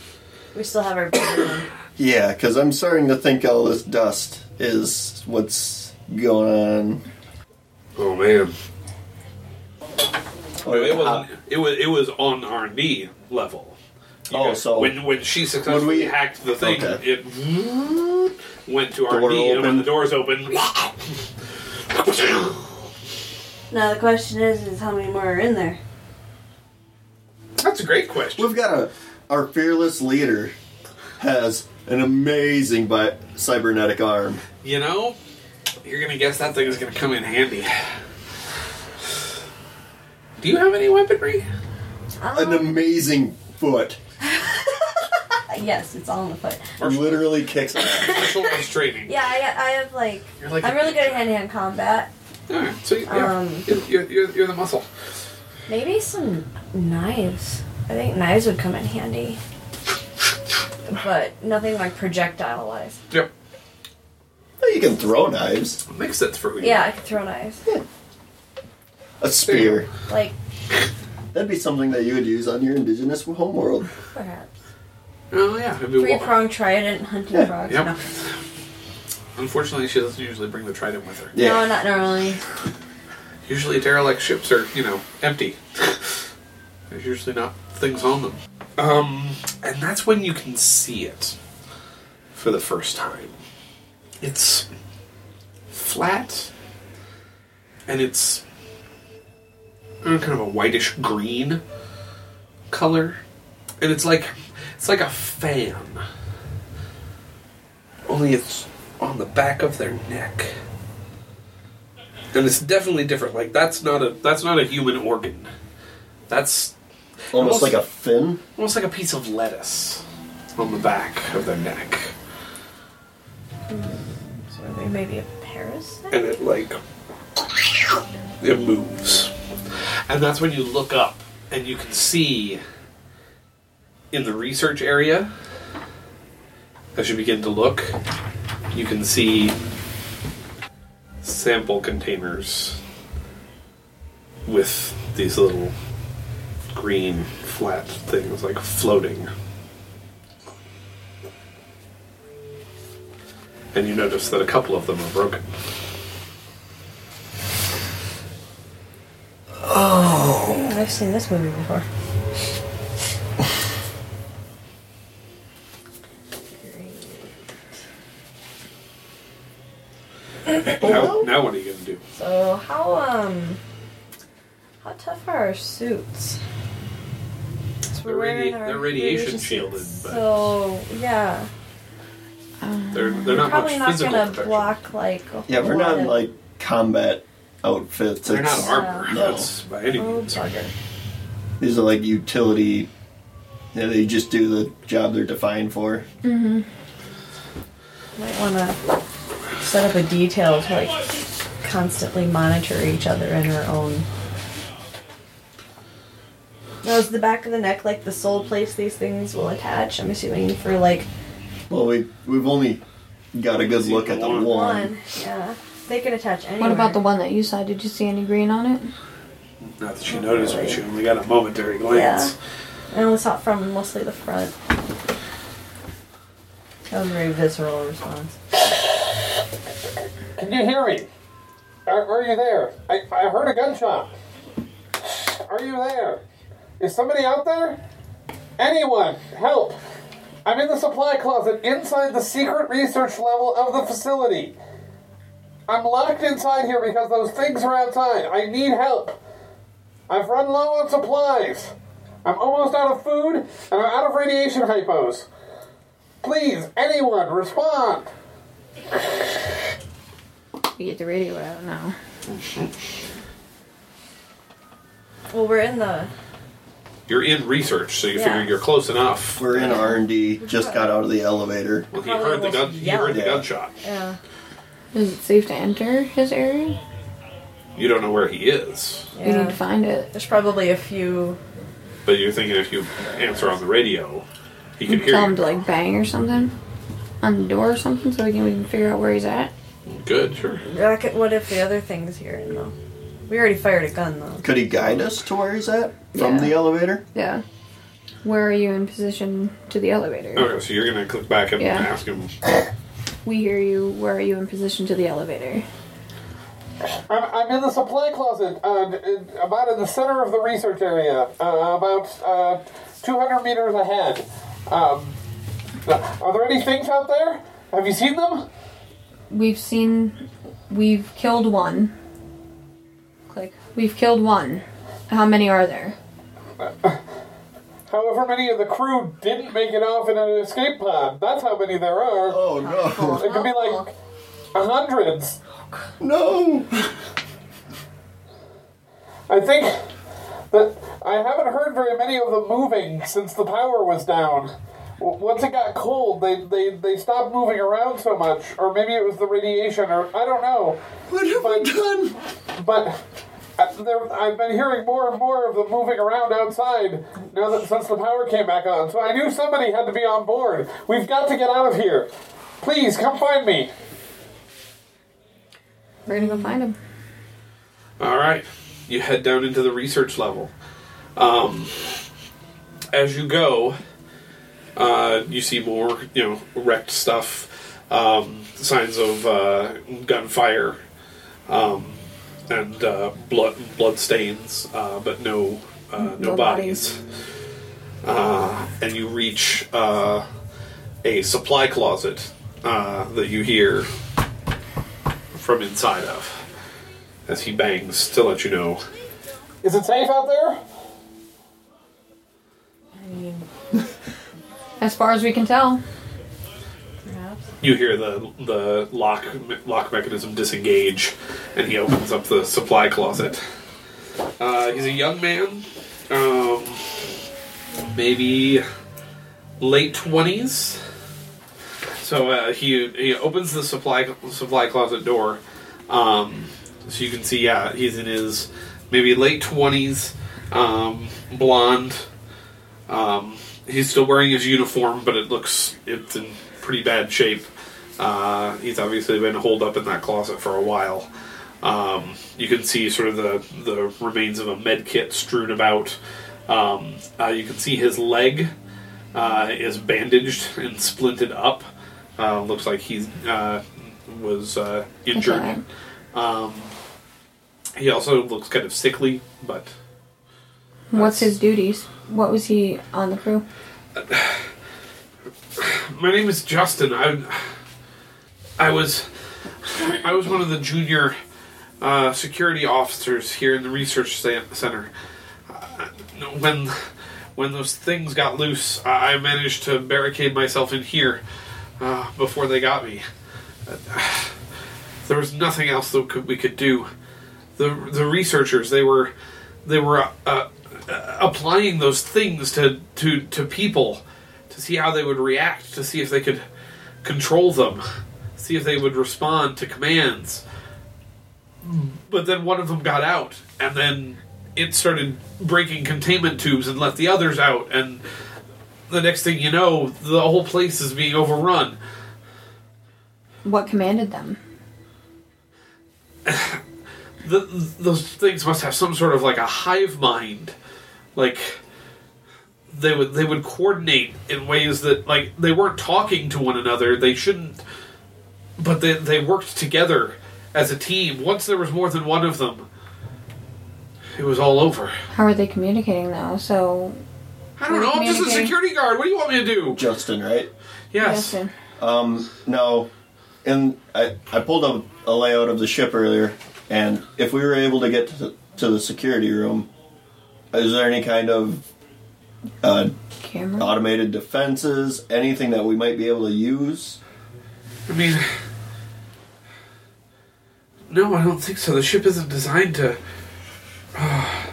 Speaker 5: We still have our breeding on.
Speaker 4: Yeah, because I'm starting to think all this dust is what's going on.
Speaker 1: Oh man,
Speaker 4: Or
Speaker 1: it was it was it was on R and D level. You
Speaker 4: Oh,
Speaker 1: guys-
Speaker 4: so-
Speaker 1: when when she successfully
Speaker 4: we-
Speaker 1: hacked the thing,
Speaker 4: Okay.
Speaker 1: it went to R and D, and when
Speaker 4: open.
Speaker 1: the doors open,
Speaker 5: [coughs] Now the question is, is how many more are in there?
Speaker 1: that's a great question.
Speaker 4: We've got a our fearless leader has an amazing bi- cybernetic arm.
Speaker 1: You know, you're gonna guess that thing is gonna come in handy. Do you have any weaponry?
Speaker 4: An amazing foot.
Speaker 5: Uh, Yes, it's all in the foot.
Speaker 4: Literally kicks ass.
Speaker 1: Martial
Speaker 4: [laughs]
Speaker 1: arts training.
Speaker 5: Yeah, I, I have like,
Speaker 1: You're like
Speaker 5: I'm
Speaker 1: a-
Speaker 5: really good at hand-to-hand combat.
Speaker 1: All right, so yeah,
Speaker 5: Um,
Speaker 1: you're, you're, you're, you're the muscle.
Speaker 5: Maybe some knives. I think knives would come in handy. But nothing like projectile wise.
Speaker 1: Yep,
Speaker 4: Well, you can throw knives.
Speaker 1: makes sense for who. you
Speaker 5: Yeah, I could throw knives.
Speaker 4: A spear.
Speaker 5: Like,
Speaker 4: That'd be something that you would use on your indigenous homeworld.
Speaker 5: perhaps.
Speaker 1: are. Oh yeah, it'd be
Speaker 5: Three
Speaker 1: wa-
Speaker 5: pronged trident hunting
Speaker 4: Yeah.
Speaker 5: frogs.
Speaker 1: Yep.
Speaker 5: No.
Speaker 1: Unfortunately, she doesn't usually bring the trident with her.
Speaker 5: no, not normally.
Speaker 1: Usually, derelict ships are you know empty. [laughs] There's usually not things on them. Um, and that's when you can see it for the first time. It's flat, and it's uh, kind of a whitish green color, and it's like it's like a fan. Only it's on the back of their neck, and it's definitely different. Like that's not a that's not a human organ. That's
Speaker 4: Almost like a fin.
Speaker 1: almost like a piece of lettuce on the back of their neck,
Speaker 5: So I think maybe a parasite?
Speaker 1: and it like it moves, and that's when you look up and you can see in the research area. As you begin to look, you can see sample containers with these little green flat things like floating. And you notice that a couple of them are broken.
Speaker 5: I've seen this movie before.
Speaker 1: Now, now what are you going to do?
Speaker 5: So how um how tough are our suits? So
Speaker 1: They're
Speaker 5: we're
Speaker 1: radi-
Speaker 5: wearing our
Speaker 1: they're radiation
Speaker 5: suits,
Speaker 1: shielded, but-
Speaker 5: So yeah,
Speaker 1: They're, they're not
Speaker 5: probably
Speaker 1: much
Speaker 5: not
Speaker 1: physical
Speaker 5: gonna
Speaker 1: protection.
Speaker 5: block like. A
Speaker 4: Yeah, we're
Speaker 5: whole lot
Speaker 4: not in
Speaker 5: of-
Speaker 4: like combat outfits.
Speaker 1: They're not
Speaker 4: It's-
Speaker 1: armor.
Speaker 4: No.
Speaker 1: That's by any
Speaker 5: Oh
Speaker 1: means.
Speaker 5: bugger!
Speaker 4: These are like utility. You know, they just do the job they're defined for.
Speaker 5: Might wanna set up a detail to like constantly monitor each other and our own. Now is the back of the neck like the sole place these things will attach? I'm assuming for like
Speaker 4: Well, we we've only got a good look at the
Speaker 1: One.
Speaker 4: one.
Speaker 5: one. Yeah, they can attach anywhere.
Speaker 3: What about the one that you saw? Did you see any green on it?
Speaker 1: Not that she noticed, but she only got a momentary glance.
Speaker 5: I only saw it from mostly the front. That was a very visceral response.
Speaker 7: Can you hear me? Are, are you there? I, I heard a gunshot. Are you there? Is somebody out there? Anyone, help! I'm in the supply closet inside the secret research level of the facility. I'm locked inside here because those things are outside. I need help. I've run low on supplies. I'm almost out of food and I'm out of radiation hypos. Please, anyone, respond!
Speaker 3: You get the radio out now.
Speaker 5: Well, we're in the.
Speaker 1: You're in research, so you
Speaker 5: Yeah.
Speaker 1: figure you're close enough.
Speaker 4: We're in R and D. Just got out of the elevator.
Speaker 1: Well, he
Speaker 5: Probably
Speaker 1: heard the gun.
Speaker 5: almost
Speaker 1: He heard the
Speaker 4: yelled.
Speaker 1: gunshot.
Speaker 5: Yeah.
Speaker 3: Is it safe to enter his area?
Speaker 1: You don't know where he is,
Speaker 3: We
Speaker 5: Yeah.
Speaker 3: need to find it.
Speaker 5: There's probably a few.
Speaker 1: but you're thinking if you answer on the radio, he could
Speaker 3: Tell
Speaker 1: hear
Speaker 3: him to
Speaker 1: you.
Speaker 3: like bang or something on the door or something so we can we can figure out where he's at.
Speaker 1: Good, sure.
Speaker 5: I could- What if the other thing's here? No. We already fired a gun, though.
Speaker 4: Could he guide us to where he's at from
Speaker 3: Yeah.
Speaker 4: the elevator?
Speaker 3: Yeah. Where are you in position to the elevator?
Speaker 1: Okay, so you're gonna click back and
Speaker 3: Yeah.
Speaker 1: ask him.
Speaker 3: We hear you. Where are you in position to the elevator?
Speaker 7: I'm, I'm in the supply closet, uh, d- d- about in the center of the research area, uh, about uh, 200 meters ahead. Um, uh, are there any things out there? Have you seen them?
Speaker 3: We've seen. We've killed one. Click. We've killed one. How many are there?
Speaker 7: However many of the crew didn't make it off in an escape pod. That's how many there are.
Speaker 4: Oh no!
Speaker 7: It could be like hundreds.
Speaker 4: No!
Speaker 7: I think that I haven't heard very many of them moving since the power was down. W- Once it got cold, they, they, they stopped moving around so much, or maybe it was the radiation, or I don't know.
Speaker 4: What have I done?
Speaker 7: But uh, there, I've been hearing more and more of them moving around outside now that since the power came back on. So I knew somebody had to be on board. We've got to get out of here. Please come find me.
Speaker 3: We're gonna go find him.
Speaker 1: All right, you head down into the research level. Um, as you go, uh, you see more, you know, wrecked stuff, um, signs of uh, gunfire, um, and uh, blood blood stains, uh, but no uh, no
Speaker 3: No
Speaker 1: bodies.
Speaker 3: bodies.
Speaker 1: Uh, and you reach uh, a supply closet uh, that you hear from inside of as he bangs to let you know.
Speaker 7: Is it safe out there?
Speaker 3: As far as we can tell.
Speaker 5: Perhaps.
Speaker 1: You hear the the lock lock mechanism disengage, and he opens up the supply closet. Uh, he's a young man, um, maybe late twenties. So uh, he he opens the supply supply closet door, um, so you can see. Yeah, he's in his maybe late twenties, um, blonde. Um, he's still wearing his uniform, but it looks it's in pretty bad shape. Uh, he's obviously been holed up in that closet for a while. Um, you can see sort of the the remains of a med kit strewn about. Um, uh, you can see his leg uh, is bandaged and splinted up. Uh, looks like he uh, was uh, injured.
Speaker 3: Okay.
Speaker 1: Um, he also looks kind of sickly, but
Speaker 3: What's his duties? What was he on the crew?
Speaker 1: My name is Justin. I, I was, I was one of the junior uh, security officers here in the research sa- center. Uh, when, when those things got loose, I I managed to barricade myself in here uh, before they got me. There was nothing else that could, we could do. The the researchers they were, they were uh, uh, applying those things to to to people to see how they would react, to see if they could control them, see if they would respond to commands. But then one of them got out, and then it started breaking containment tubes and let the others out, and the next thing you know, the whole place is being overrun.
Speaker 3: What commanded them?
Speaker 1: Th those things must have some sort of like a hive mind, like they would they would coordinate in ways that like they weren't talking to one another. They shouldn't but they, they worked together as a team. Once there was more than one of them, it was all over.
Speaker 3: How are they communicating though? So
Speaker 1: I don't know. I'm just a
Speaker 3: Communicating.
Speaker 1: security guard. What do you want me to do?
Speaker 4: Justin, right?
Speaker 1: Yes.
Speaker 3: Justin,
Speaker 4: Um, no. And I, I pulled up a layout of the ship earlier, and if we were able to get to the, to the security room, is there any kind of uh,
Speaker 3: camera.
Speaker 4: automated defenses, anything that we might be able to use?
Speaker 1: I mean, no, I don't think so. The ship isn't designed to. [sighs] I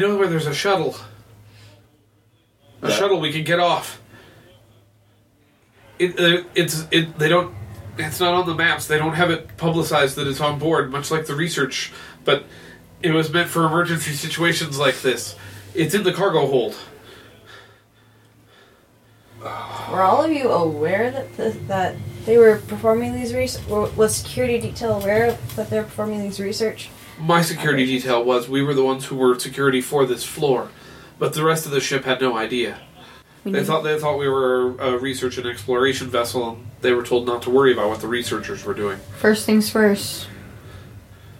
Speaker 1: know where there's a shuttle. A
Speaker 4: Yeah.
Speaker 1: shuttle we can get off. It, uh, it's it. They don't. It's not on the maps. They don't have it publicized that it's on board, much like the research. But it was meant for emergency situations like this. It's in the cargo hold.
Speaker 5: Were all of you aware that the, that they were performing these research? Was security detail aware of that they're performing these research?
Speaker 1: My security detail was we were the ones who were security for this floor, but the rest of the ship had no idea.
Speaker 3: We
Speaker 1: They
Speaker 3: need-
Speaker 1: thought they thought we were a research and exploration vessel, and they were told not to worry about what the researchers were doing.
Speaker 3: First things first.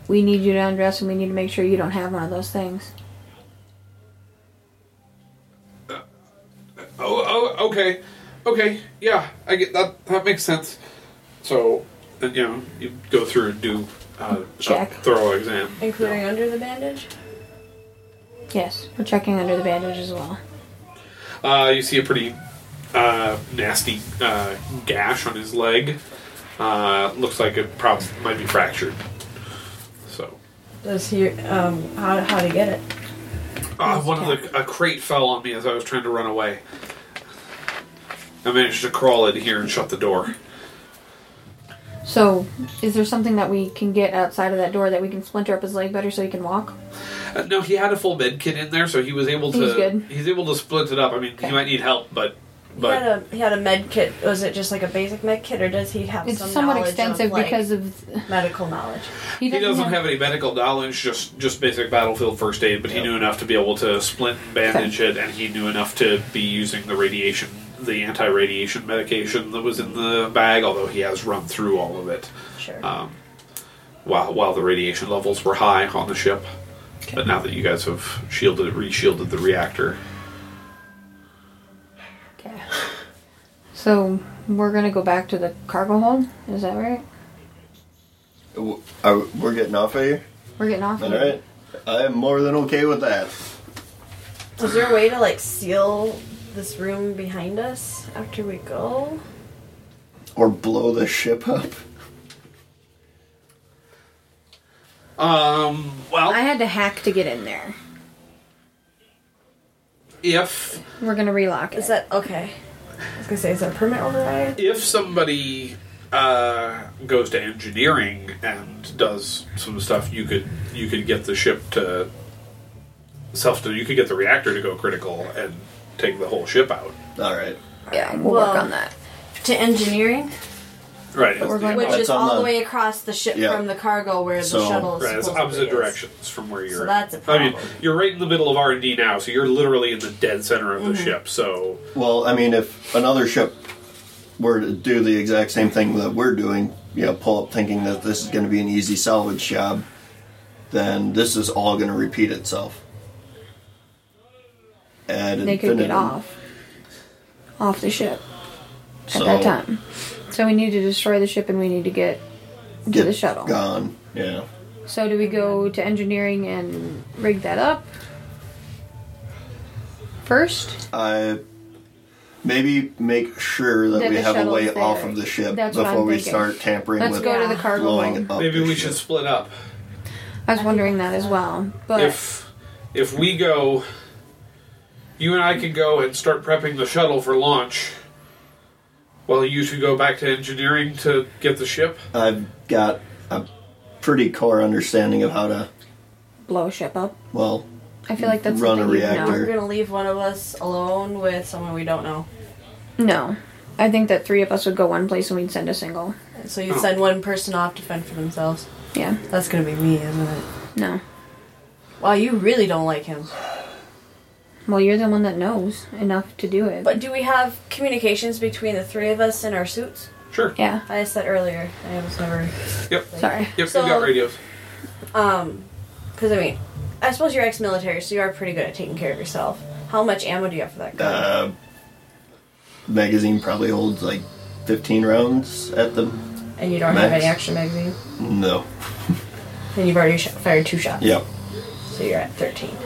Speaker 3: We need you to undress, and we need to make sure you don't have one of those things.
Speaker 1: Oh, oh okay, okay, yeah, I get that. That makes sense. So, and, you know, you go through and do uh, a
Speaker 3: Check.
Speaker 1: thorough exam,
Speaker 5: Including under the bandage?
Speaker 3: Yes, we're checking under the bandage as well.
Speaker 1: Uh, you see a pretty uh, nasty uh, gash on his leg. Uh, looks like it probably might be fractured. So.
Speaker 5: Does he, um, how, how to get it?
Speaker 1: Uh,
Speaker 3: Oh,
Speaker 1: one of the a crate fell on me as I was trying to run away. I managed to crawl in here and shut the door.
Speaker 3: So, is there something that we can get outside of that door that we can splinter up his leg better so he can walk?
Speaker 1: Uh, no, he had a full med kit in there, so he was able to.
Speaker 3: He's good.
Speaker 1: he's able to split it up. I mean,
Speaker 3: Okay.
Speaker 1: he might need help, but
Speaker 5: He had
Speaker 1: but
Speaker 5: a he had a med kit. Was it just like a basic med kit, or does he have
Speaker 3: It's
Speaker 5: some
Speaker 3: somewhat
Speaker 5: knowledge
Speaker 3: extensive
Speaker 5: of, like,
Speaker 3: because of [laughs]
Speaker 5: medical knowledge?
Speaker 3: he
Speaker 1: he doesn't have any medical knowledge, just just basic battlefield first aid. But he knew enough to be able to splint and bandage it, and he knew enough to be using the radiation, the anti-radiation medication that was in the bag. Although he has run through all of it.
Speaker 5: Sure.
Speaker 1: um, while while the radiation levels were high on the ship. But now that you guys have shielded, re-shielded the reactor,
Speaker 3: Okay. So we're gonna go back to the cargo hold. Is that right?
Speaker 4: W- Are, we're getting off of here?
Speaker 3: We're getting off.
Speaker 4: All right. I am more than okay with that.
Speaker 5: Is there a way to like seal this room behind us after we go?
Speaker 4: Or blow the ship up?
Speaker 1: um, well,
Speaker 3: I had to hack to get in there.
Speaker 1: if
Speaker 3: We're gonna relock it.
Speaker 5: Is that okay? I was gonna say, is that a permit override?
Speaker 1: if somebody uh, goes to engineering and does some stuff, you could you could get the ship to self to you could get the reactor to go critical and take the whole ship out.
Speaker 4: All right.
Speaker 3: yeah, we'll work
Speaker 5: Well,
Speaker 3: on that.
Speaker 5: To engineering,
Speaker 1: Right,
Speaker 3: We're going-
Speaker 5: which
Speaker 4: That's
Speaker 5: is
Speaker 4: on
Speaker 5: all
Speaker 4: the-
Speaker 5: the way across the ship
Speaker 4: Yeah.
Speaker 5: from the cargo where
Speaker 4: So-
Speaker 5: the shuttle is
Speaker 1: Right, it's
Speaker 5: supposed to
Speaker 1: opposite
Speaker 5: be.
Speaker 1: directions from where you're.
Speaker 5: that's a
Speaker 1: I mean,
Speaker 5: problem.
Speaker 1: you're right in the middle of R and D now, so you're literally in the dead center of
Speaker 5: Mm-hmm.
Speaker 1: the ship. So
Speaker 4: Well, I mean, if another ship were to do the exact same thing that we're doing, you know, pull up thinking that this is going to be an easy salvage job, then this is all going to repeat itself. And
Speaker 3: They could get off, off the ship
Speaker 4: So-
Speaker 3: at that time. So we need to destroy the ship, and we need to get to the shuttle.
Speaker 4: Gone. Yeah.
Speaker 3: So do we go to engineering and rig that up first?
Speaker 4: I maybe make sure that,
Speaker 3: That
Speaker 4: we
Speaker 3: the
Speaker 4: have a way
Speaker 3: shuttle's
Speaker 4: off
Speaker 3: there.
Speaker 4: of the ship
Speaker 3: That's what
Speaker 4: before
Speaker 3: I'm
Speaker 4: we
Speaker 3: thinking.
Speaker 4: start tampering
Speaker 3: Let's
Speaker 4: with
Speaker 3: go to
Speaker 5: Yeah.
Speaker 3: the cargo
Speaker 4: blowing
Speaker 3: hold.
Speaker 4: up.
Speaker 1: maybe
Speaker 4: the
Speaker 1: we
Speaker 4: ship.
Speaker 1: should split up.
Speaker 3: I was wondering that as well, but
Speaker 1: If if we go, you and I could go and start prepping the shuttle for launch. Well, you should go back to engineering to get the ship.
Speaker 4: I've got a pretty core understanding of how to.
Speaker 3: blow a ship up.
Speaker 4: Well,
Speaker 3: I feel like that's
Speaker 4: Run a
Speaker 3: something you'd
Speaker 4: reactor.
Speaker 5: We're gonna leave one of us alone with someone we don't know.
Speaker 3: Know. No, I think that three of us would go one place and we'd send a single.
Speaker 5: So
Speaker 1: Oh.
Speaker 5: you send one person off to fend for themselves.
Speaker 3: Yeah,
Speaker 5: That's gonna be me, isn't it?
Speaker 3: no.
Speaker 5: Wow, you really don't like him.
Speaker 3: Well, you're the one that knows enough to do it.
Speaker 5: But do we have communications between the three of us in our suits?
Speaker 1: Sure.
Speaker 3: Yeah.
Speaker 5: I said earlier, I was never.
Speaker 1: Yep.
Speaker 3: Sorry.
Speaker 1: Yep.
Speaker 5: So-
Speaker 1: we've got radios.
Speaker 5: Um, because I mean, I suppose you're ex-military, so you are pretty good at taking care of yourself. How much ammo do you have for that gun?
Speaker 4: Uh, magazine probably holds like 15 rounds at the.
Speaker 5: and you don't have
Speaker 4: max.
Speaker 5: any extra magazine,
Speaker 4: No.
Speaker 5: and you've already sh- fired two shots.
Speaker 4: Yep.
Speaker 5: So you're at thirteen.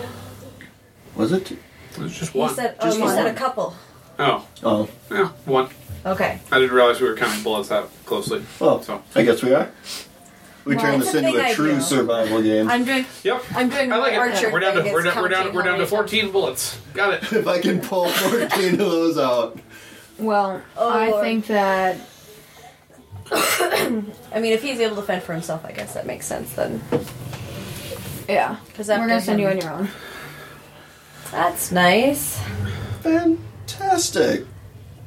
Speaker 4: Was it? two-
Speaker 1: It was just
Speaker 5: You
Speaker 1: one.
Speaker 5: said, oh,
Speaker 4: Just
Speaker 5: you
Speaker 4: one.
Speaker 5: said a couple.
Speaker 1: oh,
Speaker 4: Oh.
Speaker 1: yeah, one.
Speaker 5: Okay.
Speaker 1: I didn't realize we were counting bullets that closely.
Speaker 4: Well,
Speaker 1: So.
Speaker 4: I guess we are. We
Speaker 5: Well,
Speaker 4: turned
Speaker 5: it's
Speaker 4: this
Speaker 5: a
Speaker 4: into
Speaker 5: big
Speaker 4: a true
Speaker 5: idea.
Speaker 4: survival game.
Speaker 5: I'm doing.
Speaker 1: Yep.
Speaker 5: I'm doing.
Speaker 1: I like
Speaker 5: my
Speaker 1: it.
Speaker 5: Archer
Speaker 1: We're down to
Speaker 5: thing,
Speaker 1: we're
Speaker 5: it's
Speaker 1: down, we're down
Speaker 5: counting
Speaker 1: we're
Speaker 5: how
Speaker 1: down to
Speaker 5: many times-
Speaker 1: fourteen bullets. Got it.
Speaker 4: [laughs] if I can pull 14 of those out.
Speaker 3: Well,
Speaker 5: Oh,
Speaker 3: I
Speaker 5: Lord.
Speaker 3: think that
Speaker 5: I mean, if he's able to fend for himself, I guess that makes sense then.
Speaker 3: yeah,
Speaker 5: 'Cause
Speaker 3: we're
Speaker 5: after
Speaker 3: gonna send you
Speaker 5: him-
Speaker 3: on your own.
Speaker 5: That's nice.
Speaker 4: Fantastic.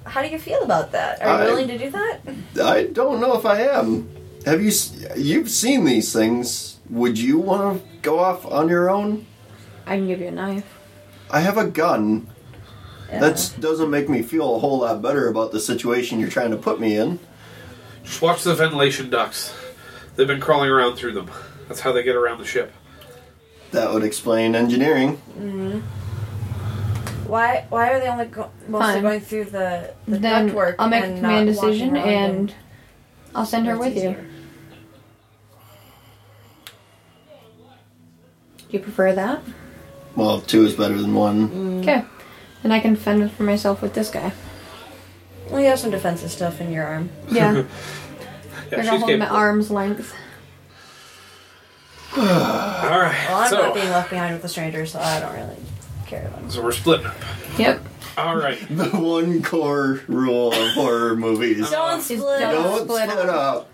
Speaker 5: How do you feel about that? Are you
Speaker 4: I-
Speaker 5: willing to do that?
Speaker 4: I don't know if I am. Have you? s- You've seen these things. Would you want to go off on your own?
Speaker 3: I can give you a knife.
Speaker 4: I have a gun.
Speaker 5: Yeah.
Speaker 4: That doesn't make me feel a whole lot better about the situation you're trying to put me in.
Speaker 1: Just watch the ventilation ducts. They've been crawling around through them. That's how they get around the ship.
Speaker 4: That would explain engineering.
Speaker 5: Why? Why are they only go- mostly
Speaker 3: Fine.
Speaker 5: going through the, the
Speaker 3: then
Speaker 5: ductwork?
Speaker 3: I'll make a
Speaker 5: and
Speaker 3: command
Speaker 5: not walking
Speaker 3: decision
Speaker 5: around
Speaker 3: and I'll send her
Speaker 5: It's
Speaker 3: with you.
Speaker 5: easier.
Speaker 3: Do you prefer that?
Speaker 4: Well, two is better than one.
Speaker 5: Mm.
Speaker 3: Okay. Then I can fend for myself with this guy.
Speaker 5: Well, you have some defensive stuff in your arm.
Speaker 3: Yeah, we're
Speaker 1: Yeah,
Speaker 3: gonna hold him at
Speaker 1: capable.
Speaker 3: arm's length.
Speaker 1: All right.
Speaker 5: Well, I'm
Speaker 1: so,
Speaker 5: not being left behind with a stranger, so I don't really care about it.
Speaker 1: so we're splitting up.
Speaker 3: Yep.
Speaker 1: All right.
Speaker 4: The [laughs] one core rule of horror movies:
Speaker 5: Don't
Speaker 3: She's
Speaker 5: split.
Speaker 3: done.
Speaker 5: up.
Speaker 4: don't
Speaker 3: split
Speaker 4: split
Speaker 3: up.
Speaker 4: up.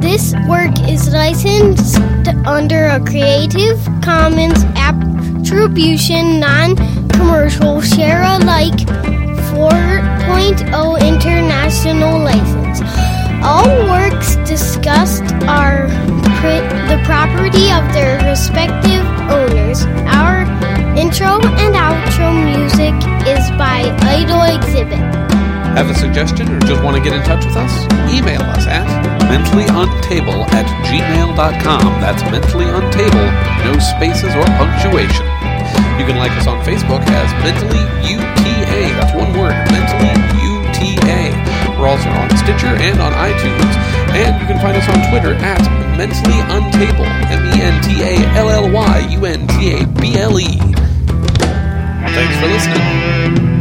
Speaker 2: This work is licensed under a Creative Commons Attribution Non Commercial Share Alike 4.0 International License. All works discussed are pri- the property of their respective owners. Our intro and outro music is by Idol Exhibit.
Speaker 6: Have a suggestion or just want to get in touch with us? Email us at mentallyuntable at gmail.com. That's mentallyuntable, no spaces or punctuation. You can like us on Facebook as Mentally UTA. That's one word, Mentally UTA. We're also on Stitcher and on iTunes. And you can find us on Twitter at Mentally Untable, M E N T A L L Y U N T A B L E. Thanks for listening.